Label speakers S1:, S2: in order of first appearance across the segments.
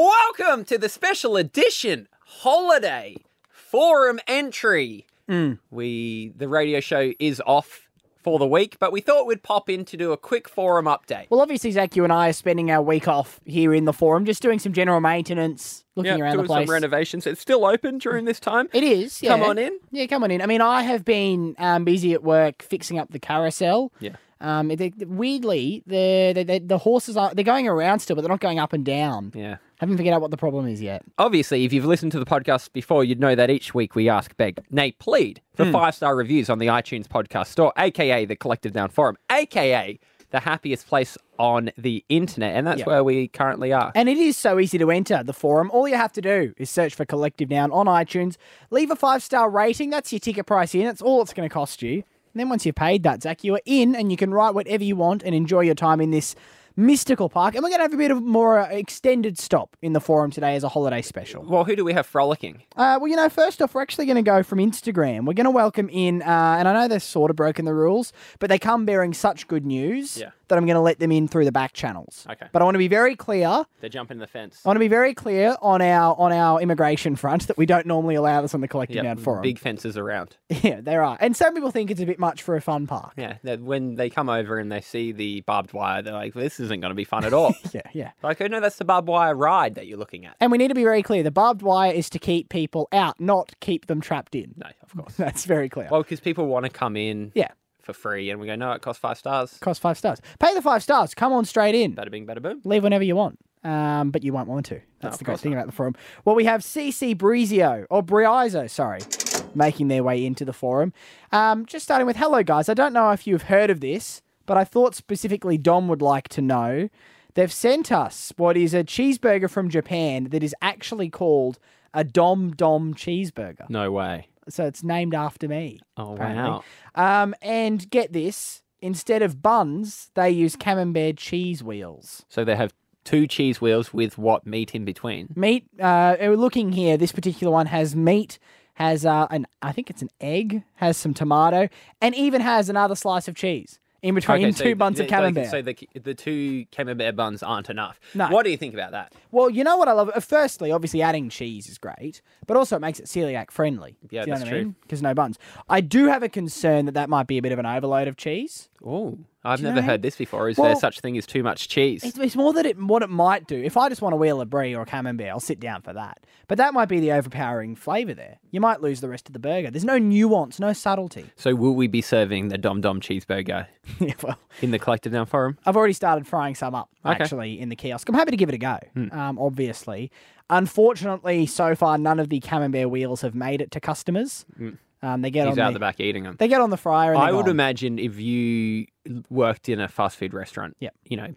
S1: Welcome to the special edition holiday forum entry. We the radio show is off for the week, but we thought we'd pop in to do a quick forum update.
S2: Well, obviously, Zach, you and I are spending our week off here in the forum, just doing some general maintenance, looking
S1: Yeah,
S2: around
S1: doing
S2: the place.
S1: some renovations. It's still open during this time.
S2: it is. Yeah.
S1: Come on in.
S2: Yeah, come on in. I mean, I have been um, busy at work fixing up the carousel.
S1: Yeah.
S2: Um, they, weirdly, the, the the the horses are they're going around still, but they're not going up and down.
S1: Yeah.
S2: Haven't figured out what the problem is yet.
S1: Obviously, if you've listened to the podcast before, you'd know that each week we ask, beg, nay, plead for five star reviews on the iTunes podcast store, aka the Collective Down Forum, aka the happiest place on the internet. And that's where we currently are.
S2: And it is so easy to enter the forum. All you have to do is search for Collective Noun on iTunes, leave a five star rating. That's your ticket price in. That's all it's going to cost you. And then once you've paid that, Zach, you are in and you can write whatever you want and enjoy your time in this mystical park. And we're going to have a bit of more uh, extended stop in the forum today as a holiday special.
S1: Well, who do we have frolicking?
S2: Uh, well, you know, first off, we're actually going to go from Instagram. We're going to welcome in, uh, and I know they've sort of broken the rules, but they come bearing such good news
S1: Yeah.
S2: that I'm going to let them in through the back channels.
S1: Okay.
S2: But I want to be very clear.
S1: They're jumping the fence.
S2: I want to be very clear on our on our immigration front that we don't normally allow this on the collective
S1: Yep,
S2: noun forum.
S1: big fences around.
S2: Yeah, there are, and some people think it's a bit much for a fun park.
S1: Yeah, that when they come over and they see the barbed wire, they're like, "This isn't going to be fun at all."
S2: Yeah, yeah.
S1: like, oh no, that's the barbed wire ride that you're looking at.
S2: And we need to be very clear: the barbed wire is to keep people out, not keep them trapped in.
S1: No, of course.
S2: That's very clear.
S1: Well, because people want to come in
S2: yeah,
S1: for free, and we go, "No, it costs five stars."
S2: cost five stars. Pay the five stars. Come on straight in.
S1: Bada bing, bada boom.
S2: Leave whenever you want. Um, but you won't want to. That's
S1: of
S2: the great
S1: course
S2: thing about the forum. Well, we have CC Brizio, or Brizo, sorry, making their way into the forum. Um, just starting with hello, guys. I don't know if you've heard of this, but I thought specifically Dom would like to know. They've sent us what is a cheeseburger from Japan that is actually called a Dom Dom cheeseburger.
S1: No way.
S2: So it's named after me.
S1: Oh
S2: apparently. Um, and get this instead of buns, they use camembert cheese wheels.
S1: So they have two cheese wheels with what meat in between?
S2: meat. Uh, we're looking here. This particular one has meat, has uh, an I think it's an egg, has some tomato, and even has another slice of cheese in between two
S1: so
S2: buns of
S1: th- like,
S2: camembert.
S1: So the the two camembert buns aren't enough.
S2: No.
S1: What do you think about that?
S2: well, you know what I love? Uh, Firstly, obviously adding cheese is great, but also it makes it celiac friendly.
S1: Yeah,
S2: Do you know
S1: that's
S2: what I
S1: true.
S2: mean? Because no buns. I do have a concern that that might be a bit of an overload of cheese.
S1: Oh, I've never
S2: know-
S1: heard this before. Is there
S2: Well-
S1: such thing as too much cheese?
S2: It's, it's more that it what it might do. If I just want to wheel a brie or a camembert, I'll sit down for that. But that might be the overpowering flavour there. You might lose the rest of the burger. There's no nuance, no subtlety.
S1: So will we be serving the Dom Dom cheeseburger
S2: yeah, well,
S1: in the collective down forum?
S2: I've already started frying some up
S1: Okay. Hmm.
S2: actually in the kiosk. I'm happy to give it a go. Um, obviously, unfortunately, so far none of the camembert wheels have made it to customers. Um, they get
S1: Hmm. He's
S2: on
S1: out
S2: the,
S1: the back eating them.
S2: they get on the fryer. And
S1: I
S2: they're
S1: would
S2: gone.
S1: imagine if you worked in a fast food restaurant,
S2: Yep.
S1: you know,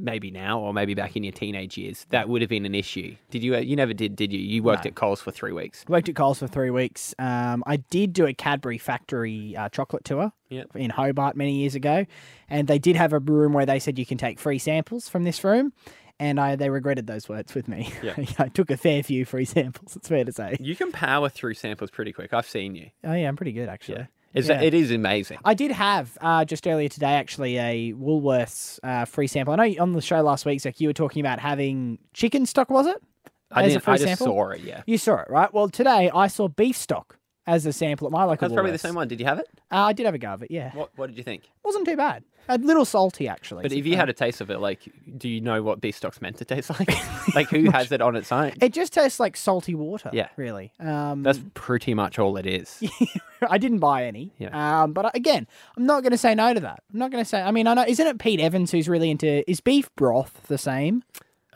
S1: maybe now or maybe back in your teenage years, that would have been an issue. Did you? You never did, did you? You worked at Coles for three weeks.
S2: Worked at Coles for three weeks. Um, I did do a Cadbury factory uh, chocolate tour
S1: Yep.
S2: in Hobart many years ago, and they did have a room where they said you can take free samples from this room, and I they regretted those words with me. I took a fair few free samples. It's fair to say.
S1: You can power through samples pretty quick. I've seen you.
S2: Oh yeah, I'm pretty good actually.
S1: It's,
S2: Yeah.
S1: It is amazing.
S2: I did have uh, just earlier today actually a Woolworths uh, free sample. I know you- on the show last week, Zach, you were talking about having chicken stock, was it?
S1: I,
S2: As a
S1: didn't,
S2: free
S1: I just
S2: sample?
S1: saw it. Yeah,
S2: You saw it, right? Well, today I saw beef stock as a sample at my local.
S1: that's probably the
S2: Woolworths.
S1: same one. Did you have it?
S2: Uh, I did have a go of it. Yeah,
S1: What What did you think?
S2: wasn't too bad. A little salty actually.
S1: But if you had a taste of it, like, do you know what beef stock's meant to taste like? like, who has it on its own?
S2: it just tastes like salty water.
S1: Yeah.
S2: really. Um,
S1: That's pretty much all it is.
S2: I didn't buy any.
S1: Yeah.
S2: Um, but I- again, I'm not going to say no to that. I'm not going to say. I mean, I know. Isn't it Pete Evans who's really into? Is beef broth the same?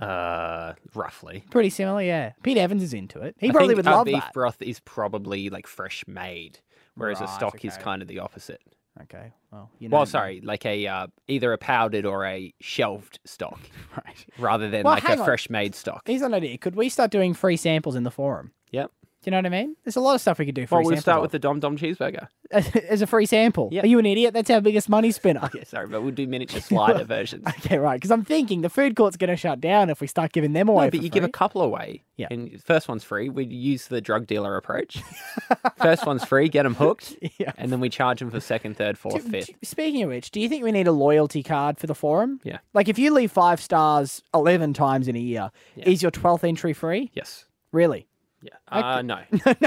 S1: Uh, roughly.
S2: Pretty similar. Yeah. Pete Evans is into it. He probably would love
S1: beef
S2: that.
S1: broth is probably like fresh made, whereas a
S2: Right,
S1: stock is
S2: okay.
S1: kind of the opposite.
S2: Okay. Well, you know.
S1: Well, sorry, like a uh, either a powdered or a shelved stock,
S2: Right.
S1: rather than
S2: Well,
S1: like
S2: hang
S1: a
S2: on.
S1: fresh made stock.
S2: Here's an idea. Could we start doing free samples in the forum?
S1: Yep.
S2: Do you know what I mean? There's a lot of stuff we could do for
S1: Well, we'll start with the Dom Dom cheeseburger.
S2: as a free sample.
S1: Yeah.
S2: Are you an idiot? That's our biggest money spinner.
S1: Yeah, sorry, but we'll do miniature slider versions.
S2: okay, right. Because I'm thinking the food court's going to shut down if we start giving them away.
S1: No, but
S2: for
S1: you give a
S2: free.
S1: couple away.
S2: Yeah.
S1: And first one's free. We use the drug dealer approach. first one's free, get them hooked.
S2: Yeah.
S1: And then we charge them for second, third, fourth,
S2: Do-
S1: fifth.
S2: do- Speaking of which, do you think we need a loyalty card for the forum?
S1: Yeah.
S2: Like if you leave five stars 11 times in a year,
S1: Yeah.
S2: is your 12th entry free?
S1: Yes.
S2: Really?
S1: Yeah. Uh, no.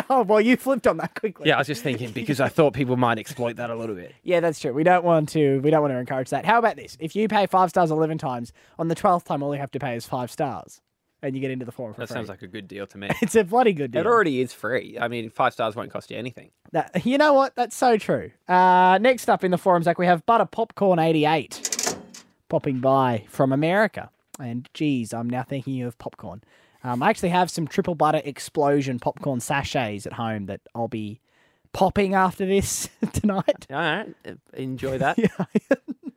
S2: no, well, you flipped on that quickly.
S1: Yeah, I was just thinking because I thought people might exploit that a little bit.
S2: Yeah, that's true. We don't want to. We don't want to encourage that. How about this? If you pay five stars eleven times, on the twelfth time, all you have to pay is five stars, and you get into the forum for
S1: That
S2: free.
S1: sounds like a good deal to me.
S2: it's a bloody good
S1: It
S2: deal.
S1: already is free. I mean, five stars won't cost you anything.
S2: That- you know what? That's so true. Uh, next up in the forum, Zach, we have Butter Popcorn eighty eight popping by from America, and geez, I'm now thinking of popcorn. Um, I actually have some triple butter explosion popcorn sachets at home that I'll be popping after this tonight.
S1: All right. uh, Enjoy that.
S2: Yeah.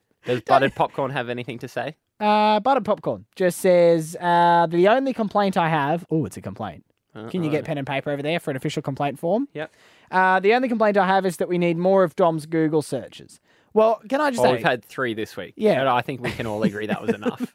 S1: Does buttered popcorn have anything to say?
S2: Uh, butter popcorn just says uh, the only complaint I have. Oh, it's a complaint.
S1: Uh,
S2: Can you get pen and paper over there for an official complaint form?
S1: Yep.
S2: Uh, the only complaint I have is that we need more of Dom's Google searches. Well, can I just
S1: Well,
S2: say,
S1: Oh, we've had three this week.
S2: Yeah.
S1: And I think we can all agree that was enough.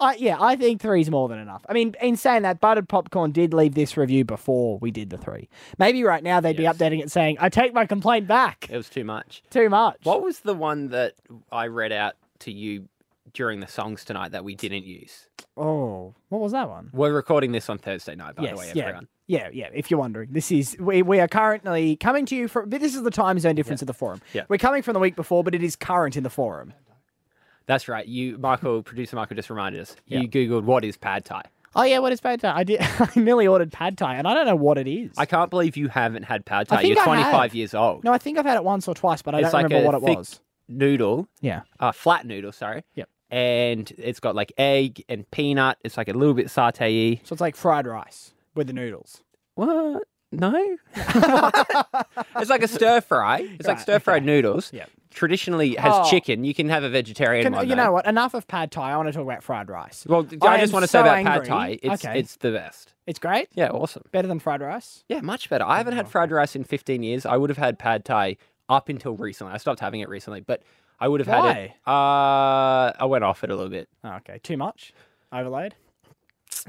S2: I, yeah, I think three's more than enough. I mean, in saying that, buttered popcorn did leave this review before we did the three. Maybe right now they'd
S1: Yes.
S2: be updating it saying, "I take my complaint back."
S1: It was too much.
S2: Too much.
S1: What was the one that I read out to you during the songs tonight that we didn't use?
S2: Oh, what was that one?
S1: We're recording this on Thursday night, by the way,
S2: yeah.
S1: everyone.
S2: Yeah, yeah. If you're wondering, this is we, we are currently coming to you from. But this is the time zone difference of the forum.
S1: Yeah.
S2: we're coming from the week before, but it is current in the forum.
S1: That's right. You, Michael, producer Michael, just reminded us. You googled what is pad thai.
S2: Oh yeah, what is pad thai? I did. I nearly ordered pad thai, and I don't know what it is.
S1: I can't believe you haven't had pad thai.
S2: think
S1: You're
S2: I
S1: 25
S2: have.
S1: years old.
S2: no, I think I've had it once or twice, but I
S1: It's
S2: don't
S1: like
S2: remember
S1: a
S2: what it
S1: thick-
S2: was.
S1: Noodle,
S2: Yeah,
S1: uh, flat noodle, sorry.
S2: Yep.
S1: And it's got like egg and peanut. It's like a little bit satay.
S2: so it's like fried rice with the noodles.
S1: What? No. it's like a stir fry. It's like
S2: Right,
S1: stir fried noodles.
S2: Yep.
S1: Traditionally it has
S2: Oh.
S1: chicken. You can have a vegetarian
S2: Can,
S1: one.
S2: you
S1: though.
S2: know what? Enough of pad thai. I want to talk about fried rice.
S1: Well, d- I,
S2: I
S1: just
S2: am
S1: want to say
S2: so
S1: about pad
S2: angry.
S1: thai, it's
S2: Okay.
S1: it's the best.
S2: It's great.
S1: Yeah, awesome.
S2: Better than fried rice.
S1: Yeah, much better. I haven't had fried rice in 15 years. I would have had pad thai up until recently. I stopped having it recently, but I would have had it. Uh, I went off it a little bit.
S2: Oh, okay, too much. Overload.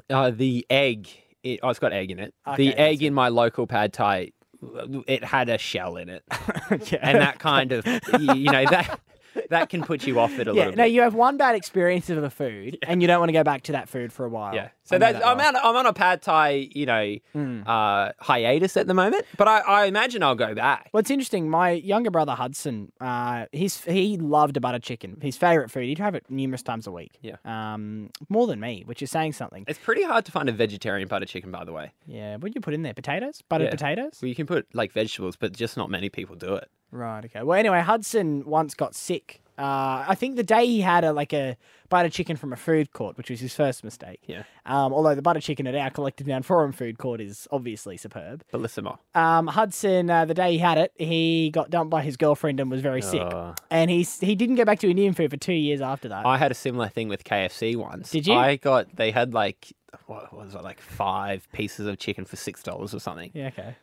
S1: Uh, the egg. It, oh, it's got egg in it.
S2: Okay,
S1: the egg in my local pad thai, it had a shell in it, and that kind of y- you know that that can put you off it a
S2: Yeah.
S1: little
S2: No,
S1: bit.
S2: you have one bad experience of the food, and you don't want to go back to that food for a while.
S1: Yeah.
S2: I
S1: So
S2: know
S1: that's,
S2: that
S1: I'm,
S2: well. Hmm.
S1: on, I'm on a pad thai, you know, uh, hiatus at the moment, but I, I imagine I'll go back.
S2: Well, it's interesting. My younger brother Hudson, uh, his he loved a butter chicken. His favorite food. He'd have it numerous times a week.
S1: Yeah.
S2: Um, more than me, which is saying something.
S1: It's pretty hard to find a vegetarian butter chicken, by the way.
S2: Yeah. What do you put in there? Potatoes? Buttered
S1: Yeah.
S2: potatoes?
S1: Well, you can put like vegetables, but just not many people do it.
S2: Right. Okay. Well, anyway, Hudson once got sick. Uh, I think the day he had a like a butter chicken from a food court, which was his first mistake.
S1: Yeah.
S2: Um, although the butter chicken at our collective noun forum food court is obviously superb.
S1: Bellissimo.
S2: Um, Hudson, uh, the day he had it, he got dumped by his girlfriend and was very sick.
S1: Uh,
S2: and he he didn't go back to Indian food for two years after that.
S1: I had a similar thing with KFC once.
S2: Did you?
S1: I got they had like what was it like five pieces of chicken for six dollars or something,
S2: yeah, okay.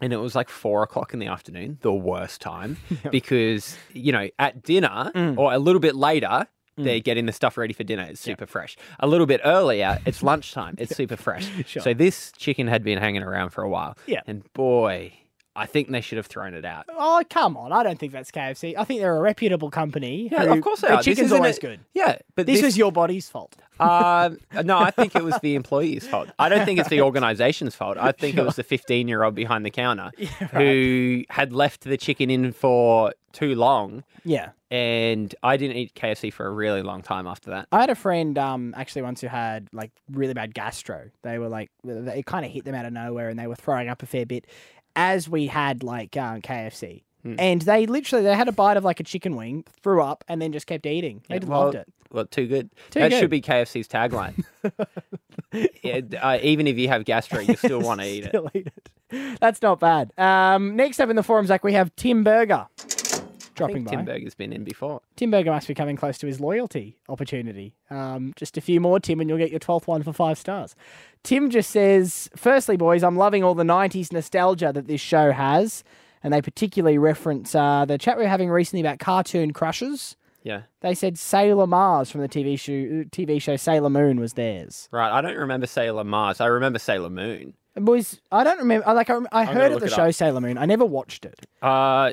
S1: and it was like four o'clock in the afternoon, the worst time because you know at dinner
S2: Mm.
S1: or a little bit later. They're getting the stuff ready for dinner. It's super fresh. A little bit earlier, it's lunchtime. It's super fresh.
S2: Sure.
S1: So this chicken had been hanging around for a while.
S2: Yeah.
S1: And boy, I think they should have thrown it out.
S2: Oh come on! I don't think that's KFC. I think they're a reputable company.
S1: Yeah,
S2: who-
S1: of course they are.
S2: their
S1: This
S2: Chicken's
S1: isn't
S2: always
S1: a-
S2: good.
S1: Yeah, but
S2: This,
S1: this,
S2: was your body's fault.
S1: um, no. I think it was the employee's fault. I don't think it's the organisation's fault. I think it was the fifteen-year-old behind the counter who had left the chicken in for too long,
S2: Yeah,
S1: and I didn't eat KFC for a really long time after that.
S2: I had a friend um actually once who had like really bad gastro. They were like it kind of hit them out of nowhere, and they were throwing up a fair bit. As we had like um, KFC,
S1: Hmm.
S2: and they literally they had a bite of like a chicken wing, threw up, and then just kept eating. They just
S1: well,
S2: loved it.
S1: Well, too good.
S2: Too
S1: that
S2: good.
S1: should be KFC's tagline. Yeah, d- uh, even if you have gastro, you still want to eat it.
S2: Still eat it. That's not bad. Um, next up in the forum, Zach, we have Tim Burger.
S1: I
S2: dropping
S1: think
S2: by.
S1: Tim Berger's been in before.
S2: Tim Berger must be coming close to his loyalty opportunity. Um, just a few more, Tim, and you'll get your 12th one for five stars. Tim just says, firstly, boys, I'm loving all the 90s nostalgia that this show has. And they particularly reference uh, the chat we were having recently about cartoon crushes.
S1: Yeah.
S2: They said Sailor Mars from the TV show, TV show Sailor Moon was theirs.
S1: Right. I don't remember Sailor Mars. I remember Sailor Moon.
S2: And boys, I don't remember. I, like, I, rem- I
S1: gonna
S2: heard of
S1: look
S2: the
S1: it
S2: show Sailor Moon. I never watched it.
S1: Uh,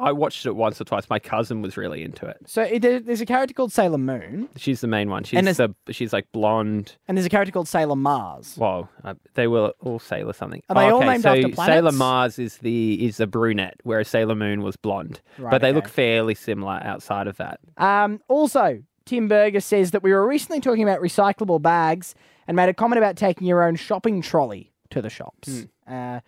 S1: I watched it once or twice. My cousin was really into it.
S2: So it, there- there's a character called Sailor Moon,
S1: She's the main one. She's
S2: And
S1: the she's like blonde.
S2: and there's a character called Sailor Mars.
S1: Well, uh, they were all Sailor something. Oh,
S2: Are they all
S1: okay,
S2: named
S1: so
S2: after
S1: Sailor
S2: planets?
S1: Mars is the is the brunette, whereas Sailor Moon was blonde.
S2: Right,
S1: but they
S2: okay.
S1: look fairly similar outside of that.
S2: Um, also, Tim Berger says that we were recently talking about recyclable bags and made a comment about taking your own shopping trolley to the shops.
S1: Hmm.
S2: Uh,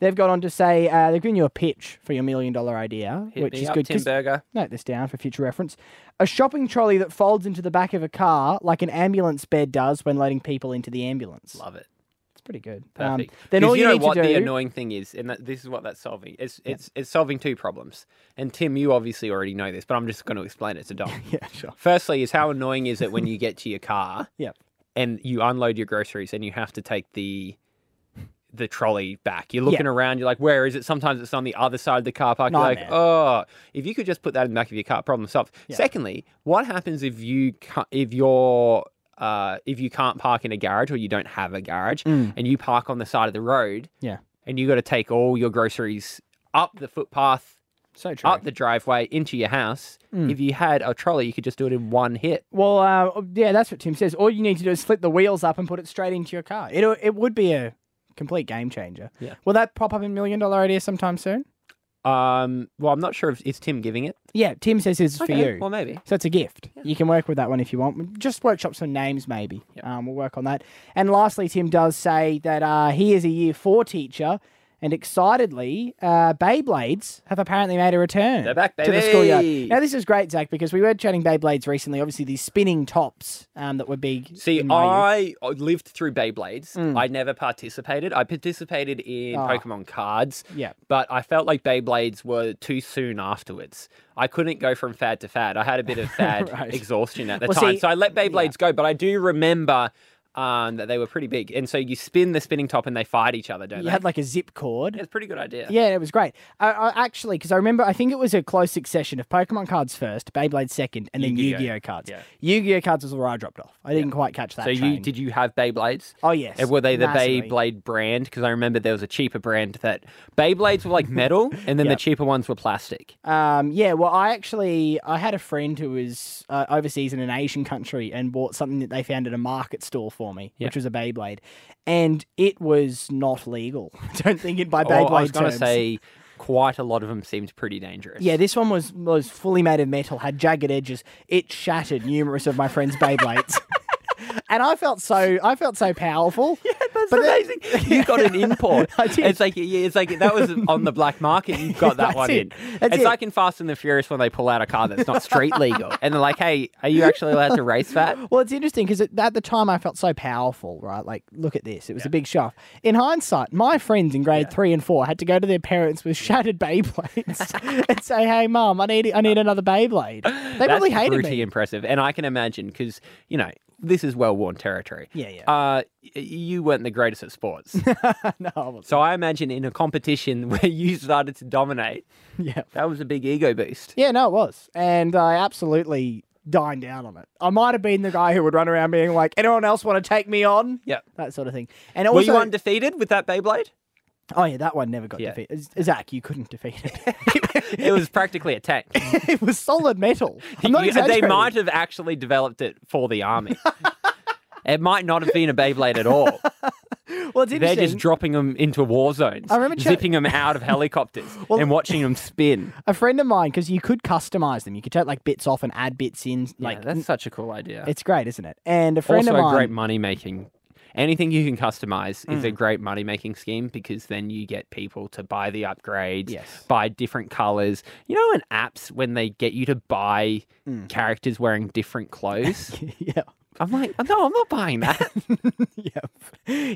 S2: they've gone on to say uh, they've given you a pitch for your million dollar idea,
S1: Hit
S2: which
S1: me
S2: is
S1: up,
S2: good.
S1: Tim
S2: 'cause-
S1: Berger.
S2: note this down for future reference. A shopping trolley that folds into the back of a car like an ambulance bed does when loading people into the ambulance.
S1: Love it.
S2: It's pretty good. Um,
S1: Perfect.
S2: then
S1: 'Cause
S2: all you,
S1: know
S2: need
S1: what
S2: to do.
S1: the annoying thing is, and that, this is what that's solving. It's it's it's solving two problems. And Tim, you obviously already know this, but I'm just going to explain it to Dom.
S2: yeah, sure.
S1: Firstly, is how annoying is it when you get to your car
S2: Yeah.
S1: and you unload your groceries and you have to take the the trolley back. You're looking around, you're like, where is it? Sometimes it's on the other side of the car park. You're like,
S2: Nightmare.
S1: oh, if you could just put that in the back of your car, problem solved. Secondly, what happens if you ca- if you're uh, if you can't park in a garage or you don't have a garage and you park on the side of the road
S2: Mm. Yeah.
S1: and you got to take all your groceries up the footpath,
S2: So true.
S1: up the driveway into your house.
S2: Mm.
S1: If you had a trolley, you could just do it in one hit.
S2: Well, uh, yeah, that's what Tim says. All you need to do is flip the wheels up and put it straight into your car. It it would be a complete game changer.
S1: Yeah.
S2: Will that pop up in Million Dollar Idea sometime soon?
S1: Um, well, I'm not sure if it's Tim giving it.
S2: Yeah, Tim says this is for you.
S1: Well, maybe.
S2: so it's a gift. You can work with that one if you want. Just workshop some names, maybe. Um, we'll work on that. And lastly, Tim does say that uh, he is a year four teacher, and excitedly, uh, Beyblades have apparently made a return
S1: They're back,
S2: to the schoolyard.
S1: baby.
S2: Now, this is great, Zach, because we were chatting Beyblades recently. Obviously, these spinning tops um, that were big.
S1: See,
S2: in my youth.
S1: I
S2: Mm.
S1: I lived through Beyblades. I never participated. I participated in
S2: Ah.
S1: Pokemon cards.
S2: Yeah.
S1: But I felt like Beyblades were too soon afterwards. I couldn't go from fad to fad. I had a bit of fad
S2: Right.
S1: exhaustion at the
S2: Well,
S1: time.
S2: see-
S1: so I let Beyblades go, but I do remember um, that they were pretty big. And so you spin the spinning top and they fight each other, don't
S2: You
S1: they?
S2: had like a zip cord.
S1: it's a pretty good idea.
S2: Yeah, it was great. I, I actually, because I remember, I think it was a close succession of Pokemon cards first, Beyblade second, and then
S1: Yu-Gi-Oh.
S2: Yu-Gi-Oh cards.
S1: Yeah.
S2: Yu-Gi-Oh cards was where I dropped off. I didn't quite catch that.
S1: So you
S2: train.
S1: did you have Beyblades?
S2: Oh yes.
S1: And were they the
S2: massively.
S1: Beyblade brand? Because I remember there was a cheaper brand that Beyblades were like metal, and then
S2: Yep.
S1: the cheaper ones were plastic.
S2: Um, yeah. Well, I actually, I had a friend who was uh, overseas in an Asian country and bought something that they found at a market store for me,
S1: Yeah.
S2: which was a Beyblade, and it was not legal. Oh, I don't think it by
S1: Or
S2: Beyblade
S1: Oh, I was gonna
S2: terms.
S1: say quite a lot of them seemed pretty dangerous.
S2: Yeah, this one was was fully made of metal, had jagged edges. It shattered numerous of my friends' Beyblades. and I felt so I felt so powerful. Yeah,
S1: That's amazing. you got an import.
S2: I did.
S1: It's like yeah, it's like that was on the black market. You got that
S2: That's
S1: one
S2: it.
S1: in.
S2: That's
S1: it's
S2: it.
S1: like in Fast and the Furious when they pull out a car that's not street legal, and they're like, "Hey, are you actually allowed to race that?"
S2: Well, it's interesting because at the time I felt so powerful, right? Like, look at this. It was a big show. In hindsight, my friends in grade three and four had to go to their parents with shattered Beyblades and say, "Hey, mum, I need I need another Beyblade." They probably
S1: That's
S2: hated
S1: pretty
S2: me.
S1: impressive, and I can imagine because you know this is well-worn territory.
S2: Yeah, yeah.
S1: Uh, y- you weren't the greatest at sports,
S2: no, I wasn't.
S1: so I imagine in a competition where you started to dominate,
S2: yeah.
S1: that was a big ego boost.
S2: Yeah, no, it was. And I absolutely dined out on it. I might have been the guy who would run around being like, anyone else want to take me on?
S1: Yep.
S2: That sort of thing. And
S1: Were
S2: also,
S1: you undefeated with that Beyblade?
S2: oh, yeah, that one never got
S1: Yeah.
S2: defeated. Z- Zach, you couldn't defeat it.
S1: It was practically a tank.
S2: it was solid metal. I'm not
S1: You- they
S2: exaggerating.
S1: might have actually developed it for the army. it might not have been a Beyblade at all.
S2: Well, it's
S1: They're
S2: interesting.
S1: just dropping them into war zones,
S2: I remember chat-
S1: zipping them out of helicopters, and watching them spin.
S2: A friend of mine, because you could customize them. You could take like bits off and add bits in. Like,
S1: Like that's such a cool idea.
S2: it's great, isn't it? And a friend
S1: also
S2: of mine. Mm.
S1: a great money making. Anything you can customize is a great money making scheme because then you get people to buy the upgrades,
S2: Yes.
S1: buy different colors. You know, in apps when they get you to buy
S2: Mm.
S1: characters wearing different clothes,
S2: yeah.
S1: I'm like, no, I'm not buying that.
S2: yep.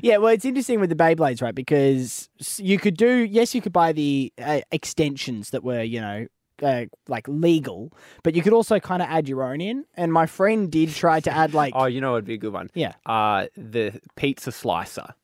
S2: Yeah, well, it's interesting with the Beyblades, right? Because s- you could do, yes, you could buy the uh, extensions that were, you know, uh, like legal, but you could also kind of add your own in. And my friend did try to add like,
S1: Oh, you know it'd be a good one.
S2: yeah,
S1: Uh, the pizza slicer.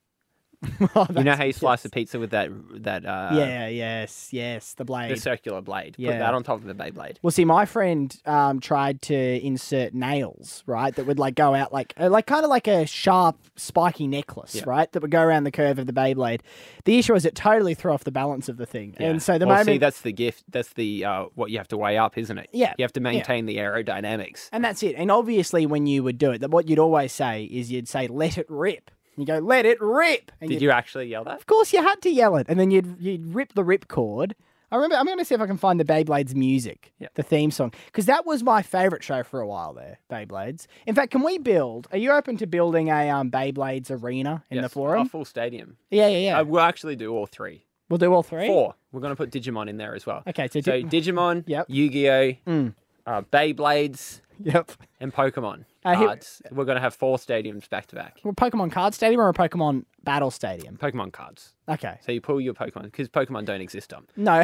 S2: Oh,
S1: You know
S2: that's-
S1: how you slice a pizza with that that uh,
S2: yeah, yes, yes, the blade.
S1: the circular blade. Put
S2: Yeah.
S1: that on top of the Beyblade.
S2: Well, see, my friend um, tried to insert nails, right? That would like go out like, uh, like kind of like a sharp, spiky necklace,
S1: Yeah.
S2: right? That would go around the curve of the Beyblade. The issue is it totally threw off the balance of the thing, and so the
S1: well, see,
S2: moment,
S1: that's the gift. That's the uh, what you have to weigh up, isn't it?
S2: Yeah,
S1: you have to maintain the aerodynamics.
S2: and that's it. And obviously, when you would do it, that what you'd always say is you'd say, "Let it rip." You go, "Let it rip," and
S1: Did you actually yell that?
S2: Of course, you had to yell it, and then you'd you'd rip the ripcord. I remember. I'm going to see if I can find the Beyblades music,
S1: Yep.
S2: the theme song, because that was my favorite show for a while. There, Beyblades. In fact, can we build? Are you open to building a um, Beyblades arena in the
S1: Yes,
S2: forum?
S1: a Oh, full stadium.
S2: yeah, yeah, yeah.
S1: Uh, we'll actually do all three,
S2: we'll do all three.
S1: four. We're going to put Digimon in there as well.
S2: Okay, so,
S1: So
S2: di-
S1: Digimon,
S2: Yep.
S1: Yu-Gi-Oh,
S2: Mm.
S1: uh, Beyblades,
S2: yep.
S1: and Pokemon
S2: Uh, here-
S1: cards. We're going to have four stadiums back to back.
S2: Well, Pokemon Card Stadium or a Pokemon Battle Stadium?
S1: Pokemon cards.
S2: Okay.
S1: So you pull your Pokemon because Pokemon don't exist on.
S2: No.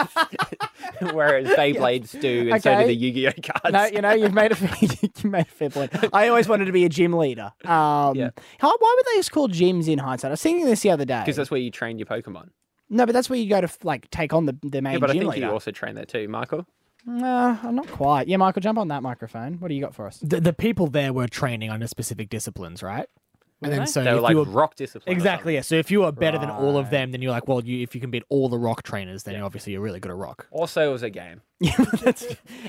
S1: Whereas Beyblades do, and so
S2: Okay.
S1: do the Yu-Gi-Oh cards.
S2: No, you know, you've made a you made a fair point. I always wanted to be a gym leader. Um,
S1: Yeah.
S2: how, why were they just called gyms in hindsight? I was thinking this the other day.
S1: Because that's where you train your Pokemon.
S2: No, but that's where you go to like take on the the main
S1: Yeah, but I
S2: gym
S1: think
S2: leader.
S1: you also train there too, Michael.
S2: Nah, I'm not quite. Yeah, Michael, jump on that microphone. What do you got for us?
S3: the, the people there were training under specific disciplines, right? and then so
S1: They were
S3: if
S1: like
S3: you were
S1: rock discipline. or
S3: exactly yeah. So if you were better than all of them, then you're like, well, you if you can beat all the rock trainers, then obviously you're really good at rock.
S1: something. Also, it was a game.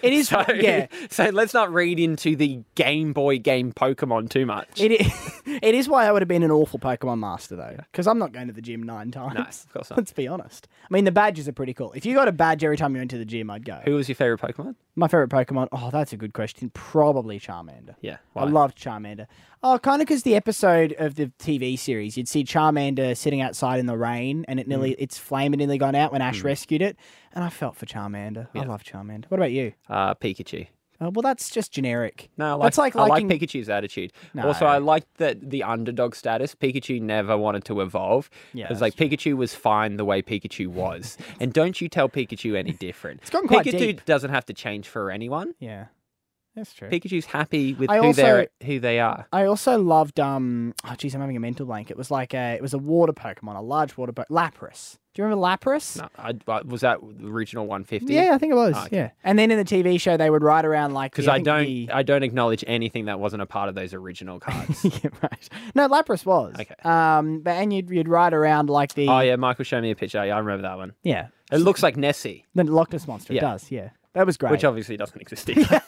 S2: It is.
S1: So,
S2: Yeah.
S1: so let's not read into the Game Boy game Pokemon too much.
S2: It is, it is why I would have been an awful Pokemon master though, because I'm not going to the gym nine times.
S1: no, of course not.
S2: Let's be honest. I mean, the badges are pretty cool. If you got a badge every time you went to the gym, I'd go.
S1: Who was your favorite Pokemon?
S2: My favorite Pokemon. Oh, that's a good question. Probably Charmander.
S1: Yeah,
S2: I
S1: why?
S2: loved Charmander. Oh, kind of because the episode of the TV series, you'd see Charmander sitting outside in the rain, and it
S1: Mm.
S2: nearly its flame had nearly gone out when Ash rescued it, and I felt for Charmander. I love Charmander. What about you?
S1: Uh, Pikachu.
S2: Oh, well, that's just generic.
S1: No, I like,
S2: that's like
S1: I like
S2: liking.
S1: Pikachu's attitude. Also, I liked that the underdog status. Pikachu never wanted to evolve.
S2: Yeah,
S1: it was
S2: that's
S1: like Pikachu was fine the way Pikachu was, and don't you tell Pikachu any different. It's
S2: gone quite
S1: Pikachu
S2: deep.
S1: doesn't have to change for anyone.
S2: yeah, that's true.
S1: Pikachu's happy with
S2: I
S1: who
S2: also-
S1: they're who they are.
S2: I also loved. Um, oh, geez, I'm having a mental blank. It was like a, it was a water Pokemon, a large water Pokemon, Lapras. Do you remember Lapras?
S1: No, I, I- was that the original 150?
S2: Yeah, I think it was.
S1: Oh, okay.
S2: Yeah, and then in the TV show, they would ride around like
S1: Because
S2: the-
S1: I
S2: think
S1: don't,
S2: the-
S1: I don't acknowledge anything that wasn't a part of those original cards.
S2: yeah, right. No, Lapras was.
S1: Okay.
S2: Um, but and you'd you'd ride around like the
S1: oh yeah, Michael showed me a picture. Yeah, I remember that one.
S2: yeah
S1: It looks like Nessie,
S2: the Loch Ness monster.
S1: Yeah.
S2: It does. Yeah, that was great.
S1: which obviously doesn't exist. Either.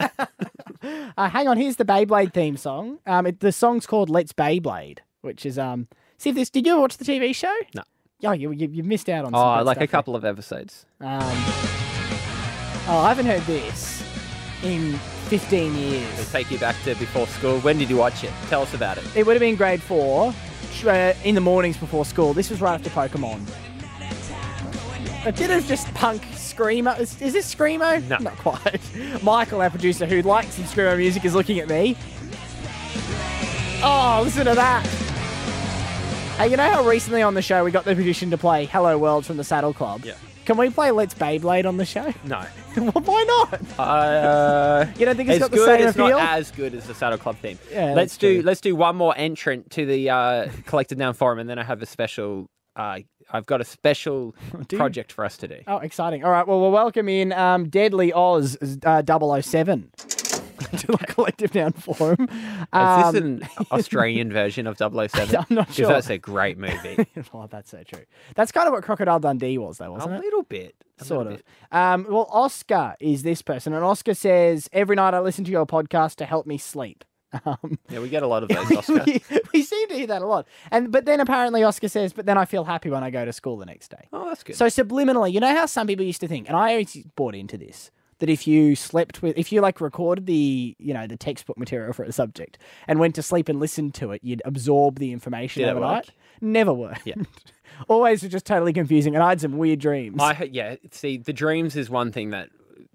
S2: uh, hang on, here's the Beyblade theme song. Um, it, the song's called "Let's Beyblade," which is um. See if this. Did you ever watch the TV show?
S1: No.
S2: Oh, you you, you missed out on. some
S1: oh,
S2: good
S1: like a
S2: stuff there.
S1: couple of episodes.
S2: Um, oh, I haven't heard this in 15 years.
S1: Let's take you back to before school. When did you watch it? Tell us about it.
S2: It would have been grade four, sh- uh, in the mornings before school. This was right after Pokemon. A bit of just punk screamo. Is, is this screamo?
S1: No.
S2: Not quite. Michael, our producer, who likes some screamo music, is looking at me. Oh, listen to that. Hey, you know how recently on the show we got the petition to play Hello World from the Saddle Club?
S1: Yeah.
S2: Can we play Let's Beyblade on the show?
S1: No,
S2: Why not?
S1: uh,
S2: You don't think it's
S1: it's
S2: got the
S1: good.
S2: same
S1: It's
S2: appeal?
S1: not as good as the Saddle Club theme.
S2: Yeah,
S1: let's
S2: that's
S1: do,
S2: true.
S1: let's do one more entrant to the uh, collected noun forum, and then I have a special. Uh, I've got a special
S2: you?
S1: project for us to do.
S2: Oh, exciting. All right. Well, we'll welcome in um, Deadly Oz uh, 007 to the Collective Noun Forum.
S1: Is
S2: Um,
S1: this an Australian version of 007?
S2: I'm not
S1: Because
S2: sure.
S1: that's a great movie.
S2: oh, that's so true. That's kind of what Crocodile Dundee was, though,
S1: a
S2: wasn't it?
S1: little bit. a
S2: Sort
S1: little
S2: of. Um, well, Oscar is this person, and Oscar says, Every night I listen to your podcast to help me sleep. Um,
S1: bit. Yeah, we get a lot of those, Oscar.
S2: we, we seem to hear that a lot. And But then apparently Oscar says, But then I feel happy when I go to school the next day.
S1: oh, that's good.
S2: So subliminally, you know how some people used to think, and I always bought into this, that if you slept with, if you like recorded the, you know, the textbook material for a subject and went to sleep and listened to it, you'd absorb the information
S1: Did it
S2: overnight.
S1: work?
S2: Never worked.
S1: Yeah.
S2: Always just totally confusing, and I had some weird dreams.
S1: I, yeah, see, the dreams is one thing that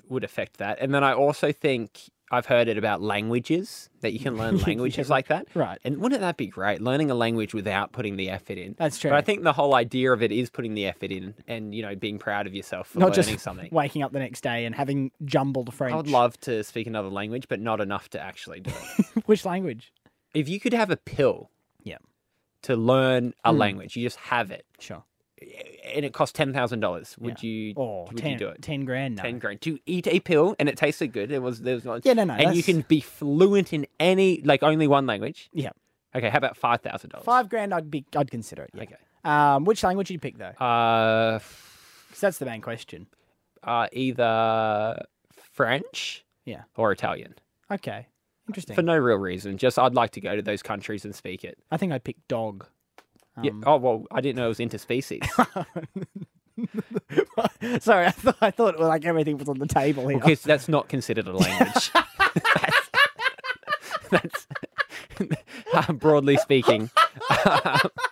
S1: would affect that. And then I also think I've heard it about languages that you can learn languages like that.
S2: Right.
S1: And wouldn't that be great? Learning a language without putting the effort in.
S2: That's true.
S1: But I think the whole idea of it is putting the effort in and you know being proud of yourself for
S2: Not
S1: learning
S2: just
S1: something.
S2: waking up the next day and having jumbled French.
S1: I would love to speak another language, but not enough to actually do it.
S2: Which language?
S1: if you could have a pill,
S2: Yeah. Hmm.
S1: to learn a language, you just have it,
S2: Sure.
S1: and it costs ten thousand dollars. Would you?
S2: Or
S1: would
S2: 10,
S1: you do it?
S2: 10 Oh, grand. No.
S1: Ten grand to eat a pill, and it tasted good. It was there was not,
S2: Yeah, no, no,
S1: and you
S2: that's-
S1: can be fluent in any like only one language.
S2: Yeah.
S1: Okay, how about five thousand dollars?
S2: Five grand, I'd be, I'd consider it. Yeah.
S1: Okay.
S2: Um, which language do you pick though?
S1: Uh, f-
S2: Because that's the main question.
S1: uh, either French,
S2: Yeah.
S1: or Italian.
S2: Okay. Interesting.
S1: For no real reason, just I'd like to go to those countries and speak it.
S2: I think I'd pick dog.
S1: yeah.
S2: Um.
S1: Oh well, I didn't know it was interspecies.
S2: oh, Sorry, I thought, I thought well, like everything was on the table here.
S1: Because that's not considered a language. that's, that's- broadly speaking.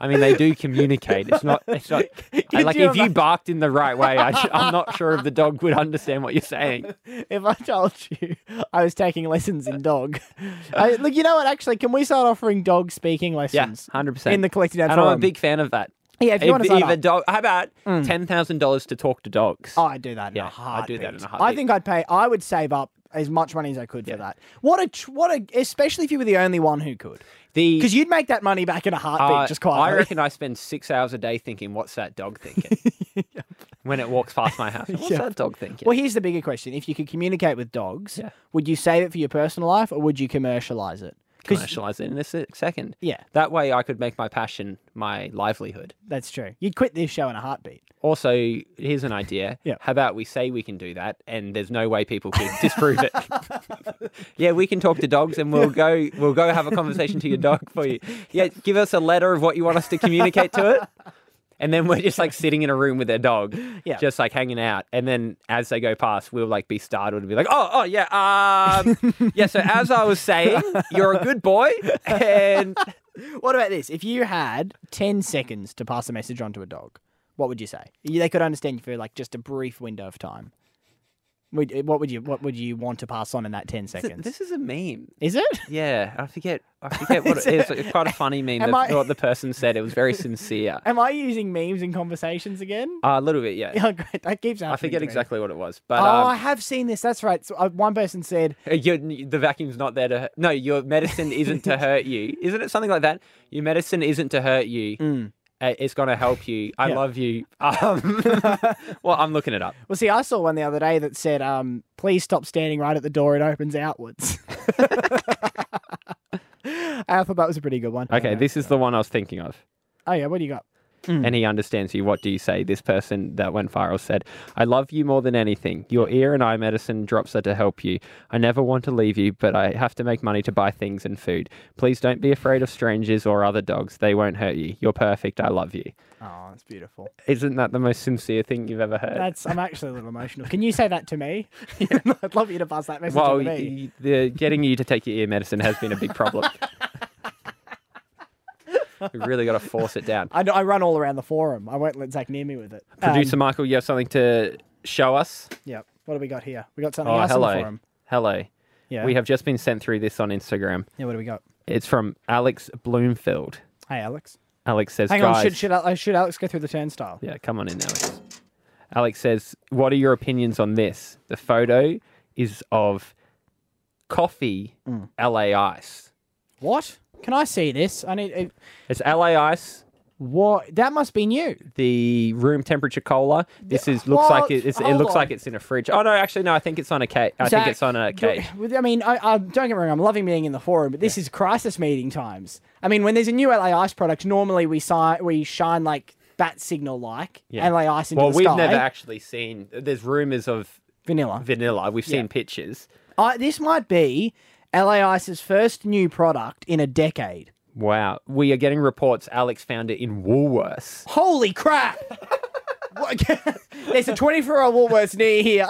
S1: I mean, they do communicate. It's not. It's not. I- like
S2: you
S1: if you
S2: imagine-
S1: barked in the right way, I, am not sure if the dog would understand what you're saying.
S2: If I told you I was taking lessons in dog, I, look, you know what? Actually, can we start offering dog speaking
S1: Yeah,
S2: lessons?
S1: hundred percent.
S2: In the collected ad
S1: and I'm a
S2: forum.
S1: big fan of that.
S2: Yeah, if you want to sign
S1: if a
S2: up. Mm.
S1: dog, how about ten thousand dollars to talk to dogs?
S2: Oh, I'd do that in
S1: Yeah,
S2: a
S1: I'd do
S2: heartbeat.
S1: that in a
S2: I
S1: heartbeat.
S2: think I'd pay. I would save up as much money as I could for that. What a tr- what a especially if you were the only one who could,
S1: the
S2: because you'd make that money back in a heartbeat
S1: Uh,
S2: just
S1: I
S2: quietly.
S1: reckon I spend six hours a day thinking, "What's that dog thinking?" When it walks past my house, what's
S2: Yeah.
S1: that dog thinking?
S2: Well, here's the bigger question: If you could communicate with dogs,
S1: Yeah.
S2: would you save it for your personal life or would you commercialize it? 'Cause-
S1: Commercialize it in a se- second.
S2: yeah,
S1: That way, I could make my passion my livelihood.
S2: that's true. You'd quit this show in a heartbeat.
S1: Also, here's an idea.
S2: Yeah.
S1: How about we say we can do that, and there's no way people could disprove it. yeah, we can talk to dogs, and we'll go. We'll go have a conversation to your dog for you. Yeah, give us a letter of what you want us to communicate to it. And then we're just like sitting in a room with their dog,
S2: Yeah.
S1: just like hanging out. And then as they go past, we'll like be startled and be like, "Oh, oh yeah, um, yeah." So as I was saying, you're a good boy, and
S2: What about this? If you had ten seconds to pass a message on to a dog, what would you say? You- They could understand you for like just a brief window of time. Would, eh, what would you What would you want to pass on in that ten seconds?
S1: this is a meme.
S2: Is it?
S1: Yeah, I forget. I forget what
S2: Is
S1: it is. It's quite a funny meme.
S2: Am
S1: That,
S2: I-
S1: What the person said. It was very sincere.
S2: Am I using memes in conversations again?
S1: Uh, a little bit, yeah.
S2: Oh, great. That keeps happening.
S1: I forget
S2: to me.
S1: exactly what it was, but
S2: Oh, I
S1: um,
S2: have seen this. That's right. So, uh, one person said,
S1: you the vacuum's not there to. Hurt. No, your medicine isn't to hurt you. Isn't it something like that? Your medicine isn't to hurt you. Uh, It's gonna help you. I
S2: Yeah.
S1: love you. Um, well, I'm looking it up.
S2: well, see, I saw one the other day that said, um, please stop standing right at the door. It opens outwards. I thought that was a pretty good one.
S1: Okay,
S2: Yeah.
S1: this is the one I was thinking of.
S2: Oh, yeah. What do you got?
S1: and he understands you. What do you say? This person that went viral said, I love you more than anything. Your ear and eye medicine drops are to help you. I never want to leave you, but I have to make money to buy things and food. Please don't be afraid of strangers or other dogs. They won't hurt you. You're perfect. I love you.
S2: Oh, that's beautiful.
S1: Isn't that the most sincere thing you've ever heard?
S2: That's. I'm actually a little emotional. Can you say that to me? I'd love you to pass that message
S1: well,
S2: on to me.
S1: y- the getting you to take your ear medicine has been a big problem. We've really got to force it down.
S2: I, know- I run all around the forum. I won't let Zach near me with it. Um,
S1: Producer Michael, you have something to show us?
S2: yeah. What do we got here? We got something
S1: Oh,
S2: else on the
S1: hello.
S2: forum.
S1: Hello.
S2: Yeah.
S1: We have just been sent through this on Instagram.
S2: Yeah. What do we got?
S1: It's from Alex Bloomfield.
S2: Hey, Alex.
S1: Alex says,
S2: Hang
S1: guys.
S2: on, should should, Al- uh, should Alex go through the turnstile?
S1: Yeah, come on in, Alex. Alex says, what are your opinions on this? The photo is of coffee
S2: Mm.
S1: LA Ice.
S2: What? Can I see this? I need. Uh,
S1: It's LA Ice,
S2: what? That must be new.
S1: the room temperature cola. This is looks
S2: What?
S1: like it, it's, it
S2: Hold
S1: looks like
S2: on.
S1: it's in a fridge. Oh no, actually no, I think it's on a cake. I think it's on a cake.
S2: With- I mean, I, I don't get me wrong. I'm loving being in the forum, but this is crisis meeting times. I mean, when there's a new LA Ice product, normally we si- we shine like bat signal like
S1: Yeah.
S2: LA Ice into
S1: Well,
S2: the
S1: we've
S2: sky.
S1: never actually seen. There's rumors of
S2: vanilla.
S1: vanilla. We've seen pictures.
S2: I, this might be LA Ice's first new product in a decade.
S1: Wow, we are getting reports. Alex found it in Woolworths.
S2: Holy crap! What- There's a 24 hour Woolworths near here.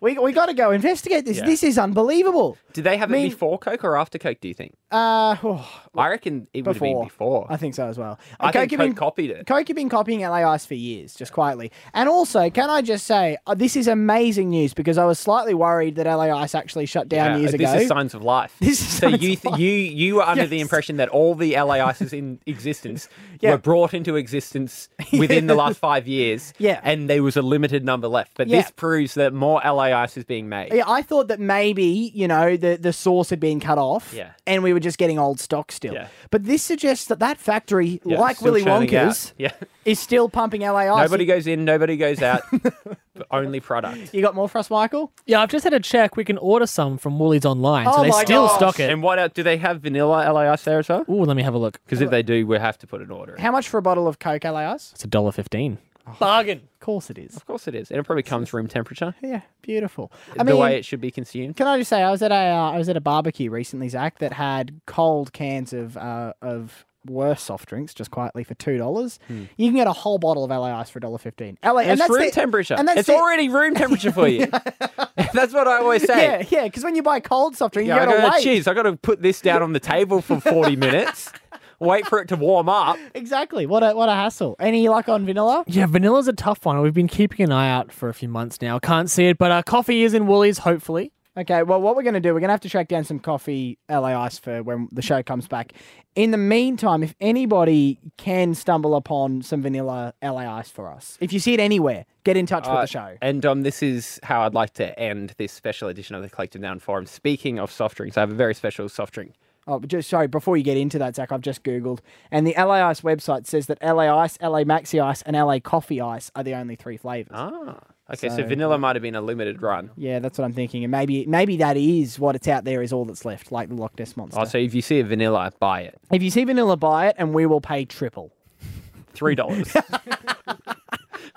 S2: we we got to go investigate this. This is unbelievable.
S1: Did they have
S2: mean-
S1: it before Coke or after Coke? Do you think?
S2: Uh, oh,
S1: I reckon it would have
S2: before.
S1: been before.
S2: I think so as well.
S1: I think
S2: Koke
S1: Coke
S2: been-
S1: copied it.
S2: Koke been copying LA Ice for years, just quietly. And also, can I just say, uh, this is amazing news because I was slightly worried that LA Ice actually shut down
S1: Yeah,
S2: years
S1: this
S2: ago.
S1: is signs of life.
S2: This is
S1: so
S2: signs
S1: you
S2: of
S1: th- you you were under the
S2: Yes.
S1: impression that all the LA ices in existence
S2: Yeah.
S1: were brought into existence within the last five years.
S2: Yeah.
S1: and there was a limited number left. But
S2: Yeah.
S1: this proves that more LA ice is being made.
S2: yeah, I thought that maybe, you know, the, the source had been cut off
S1: Yeah.
S2: and we were just getting old stock still.
S1: Yeah.
S2: But this suggests that that factory,
S1: Yeah,
S2: like
S1: still
S2: Willy
S1: churning out.
S2: Wonka's,
S1: Yeah,
S2: is still pumping LA Ice.
S1: nobody goes in, nobody goes out. but only product.
S2: You got more for us, Michael?
S3: Yeah, I've just had a check. We can order some from Woolies online, so
S2: Oh
S3: they
S2: my
S3: still
S2: gosh.
S3: stock it.
S1: And what else? Do they have vanilla LA ice there as well?
S3: Ooh, let me have a look.
S1: Because if they do, we have to put an order. in.
S2: How much for a bottle of Coke LA Ice?
S3: It's a dollar fifteen. Bargain.
S2: Of course it is.
S1: Of course it is, and it probably comes room temperature.
S2: Yeah, beautiful. I
S1: the
S2: mean,
S1: way it should be consumed.
S2: Can I just say I was at a uh, I was at a barbecue recently, Zach, that had cold cans of uh, of worse soft drinks just quietly for two dollars. You can get a whole bottle of LA ice for $1.15. LA and
S1: it's
S2: that's
S1: Hmm. room
S2: the-
S1: temperature.
S2: and that's
S1: it's
S2: the-
S1: already room temperature for you. that's what I always say.
S2: Yeah, yeah, because when you buy cold soft drink,
S1: Yeah, I
S2: you gotta
S1: gotta,
S2: wait.
S1: cheese. I got to put this down on the table for 40 minutes, wait for it to warm up.
S2: Exactly. What a what a hassle. Any luck on vanilla?
S3: Yeah, vanilla's a tough one. We've been keeping an eye out for a few months now. Can't see it, but uh, coffee is in Woolies, hopefully.
S2: Okay, well what we're gonna do, we're gonna have to track down some coffee LA ice for when the show comes back. In the meantime, if anybody can stumble upon some vanilla LA ice for us, if you see it anywhere, get in touch with the show.
S1: And um, this is how I'd like to end this special edition of the Collective Noun Forum. Speaking of soft drinks, I have a very special soft drink.
S2: Oh, but just sorry. Before you get into that, Zach, I've just googled, and the LA Ice website says that LA Ice, LA Maxi Ice, and LA Coffee Ice are the only three flavors.
S1: Ah, okay. So, vanilla might have been a limited run.
S2: Yeah, that's what I'm thinking, and maybe maybe that is what it's out there is all that's left, like the Loch Ness monster.
S1: Oh, so if you see a vanilla, buy it.
S2: If you see vanilla, buy it, and we will pay triple.
S1: Three dollars.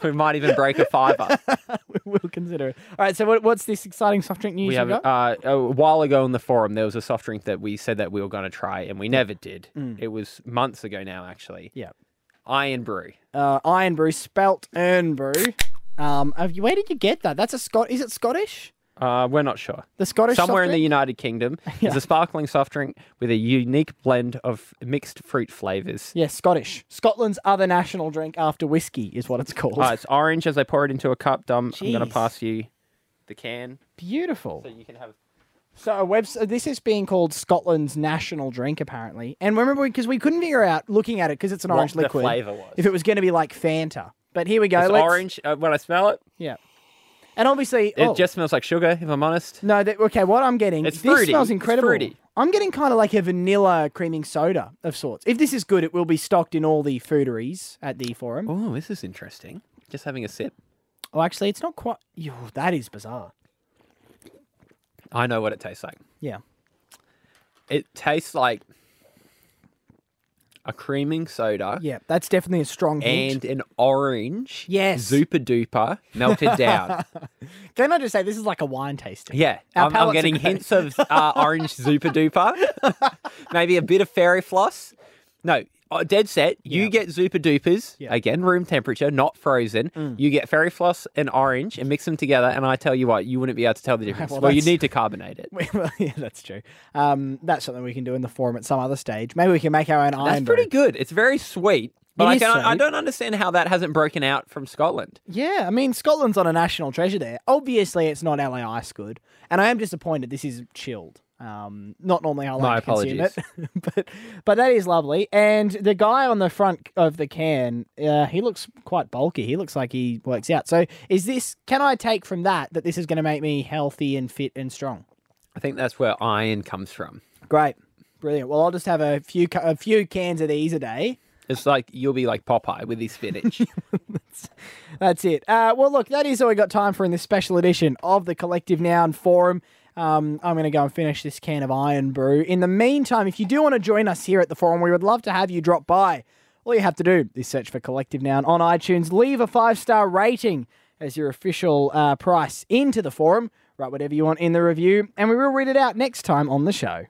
S1: we might even break a fiver.
S2: we'll consider it. All right. So what, what's this exciting soft drink news
S1: We
S2: you
S1: have
S2: got?
S1: uh, a while ago in the forum there was a soft drink that we said that we were going to try and we never did. It was months ago now actually.
S2: Mm. yeah.
S1: Iron Brew.
S2: Uh, Iron Brew, spelt Iron Brew. Um, have you, where did you get that? That's a Scot. Is it Scottish?
S1: Uh, we're not sure.
S2: The Scottish.
S1: Somewhere
S2: soft
S1: in the United Kingdom is a sparkling soft drink with a unique blend of mixed fruit flavors.
S2: Yes, Scottish. Scotland's other national drink after whiskey is what it's called.
S1: Uh, it's orange as I pour it into a cup. Dumb. I'm going
S2: Jeez.
S1: to pass you the can
S2: Beautiful.
S1: so you can have.
S2: Uh, So a website. This is being called Scotland's national drink, apparently. And remember, because we couldn't figure out looking at it because it's an
S1: What
S2: orange
S1: the
S2: liquid.
S1: flavour was.
S2: If it was going to be like Fanta. But here we go.
S1: It's
S2: let's-
S1: orange. Uh, when I smell it,
S2: Yeah. And obviously,
S1: it
S2: oh,
S1: just smells like sugar. If I'm honest,
S2: no. That, okay, what I'm getting.
S1: It's
S2: this
S1: fruity.
S2: smells
S1: It's
S2: incredible.
S1: fruity.
S2: I'm getting kind of like a vanilla creaming soda of sorts. If this is good, it will be stocked in all the fooderies at the forum.
S1: oh, this is interesting. Just having a sip.
S2: Oh, actually, it's not quite. Ew, that is bizarre.
S1: I know what it tastes like.
S2: Yeah.
S1: It tastes like a creaming soda
S2: Yeah. That's definitely a strong hint.
S1: and an orange.
S2: Yes.
S1: Zuper duper melted down.
S2: Can I just say this is like a wine tasting?
S1: Yeah,
S2: Our
S1: I'm, I'm
S2: palates are
S1: getting
S2: great.
S1: hints of uh, orange zuper duper, maybe a bit of fairy floss. No, uh, dead set. You get zuper dupers
S2: Yeah. Mm.
S1: again, room temperature, not frozen. You get fairy floss and orange, and mix them together. And I tell you what, you wouldn't be able to tell the difference.
S2: well,
S1: well, you
S2: that's-
S1: need to carbonate it.
S2: well, yeah, that's true. Um, that's something we can do in the forum at some other stage. Maybe we can make our own
S1: That's
S2: iron
S1: pretty
S2: brew.
S1: good. It's very sweet, but
S2: It
S1: I,
S2: is
S1: can, I
S2: sweet.
S1: don't understand how that hasn't broken out from Scotland.
S2: Yeah, I mean Scotland's on a national treasure there. Obviously, it's not LA ice good, and I am disappointed. This is chilled. Um, not normally I like
S1: My
S2: to consume it, but but that is lovely. And the guy on the front of the can, uh, he looks quite bulky. He looks like he works out. So is this? Can I take from that that this is going to make me healthy and fit and strong?
S1: I think that's where iron comes from.
S2: Great, brilliant. Well, I'll just have a few cu- a few cans of these a day.
S1: It's like you'll be like Popeye with his spinach.
S2: That's it. Uh, well, look, that is all we got time for in this special edition of the Collective Noun Forum. Um, I'm going to go and finish this can of Iron Brew. In the meantime, if you do want to join us here at the forum, we would love to have you drop by. All you have to do is search for Collective Noun on iTunes, leave a five star rating as your official uh, price into the forum, write whatever you want in the review, and we will read it out next time on the show.